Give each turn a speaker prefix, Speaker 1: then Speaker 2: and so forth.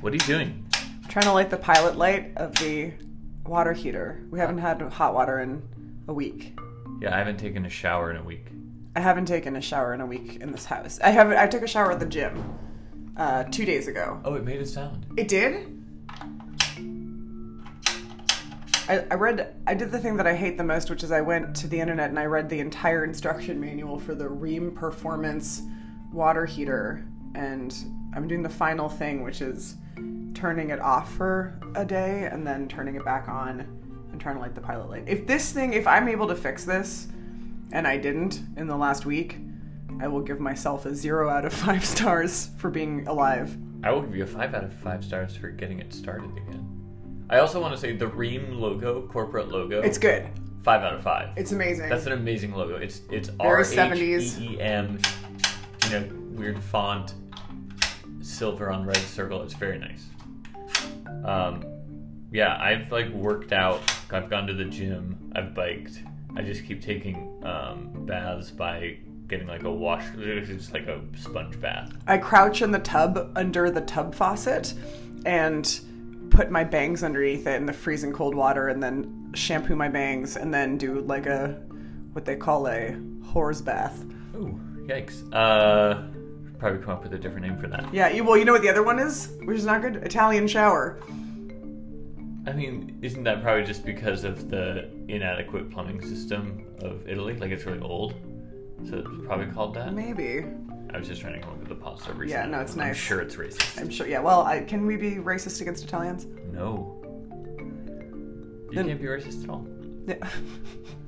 Speaker 1: What are you doing?
Speaker 2: trying to light the pilot light of the water heater. We haven't had hot water in a week.
Speaker 1: Yeah, I haven't taken a shower in a week.
Speaker 2: I haven't taken a shower in a week in this house. I haven't. I took a shower at the gym uh, two days ago.
Speaker 1: Oh, it made a sound.
Speaker 2: It did. I, I read. I did the thing that I hate the most, which is I went to the internet and I read the entire instruction manual for the Ream Performance water heater, and I'm doing the final thing, which is turning it off for a day and then turning it back on and trying to light the pilot light. If this thing, if I'm able to fix this, and I didn't in the last week, I will give myself a zero out of five stars for being alive.
Speaker 1: I will give you a five out of five stars for getting it started again. I also want to say the Ream logo, corporate logo.
Speaker 2: It's good.
Speaker 1: five out of five.
Speaker 2: It's amazing.
Speaker 1: That's an amazing logo. It's it's R
Speaker 2: Very
Speaker 1: H
Speaker 2: 70s.
Speaker 1: E E M, you know, weird font, silver on red circle. It's very nice. Um, yeah, I've like worked out. I've gone to the gym. I've biked. I just keep taking um, baths by getting like a wash, just like a sponge bath.
Speaker 2: I crouch in the tub under the tub faucet and put my bangs underneath it in the freezing cold water and then shampoo my bangs and then do like a what they call a whore's bath.
Speaker 1: Ooh, yikes. Uh, probably come up with a different name for that.
Speaker 2: Yeah, you, well, you know what the other one is, which is not good? Italian shower.
Speaker 1: I mean, isn't that probably just because of the inadequate plumbing system of Italy? Like it's really old, so it's probably called that.
Speaker 2: Maybe.
Speaker 1: I was just trying to come up with a positive reason.
Speaker 2: Yeah, no, it's
Speaker 1: I'm
Speaker 2: nice.
Speaker 1: sure it's racist.
Speaker 2: I'm sure. Yeah, well, I, can we be racist against Italians?
Speaker 1: No, you
Speaker 2: Then-
Speaker 1: can't be racist at all.
Speaker 2: Yeah.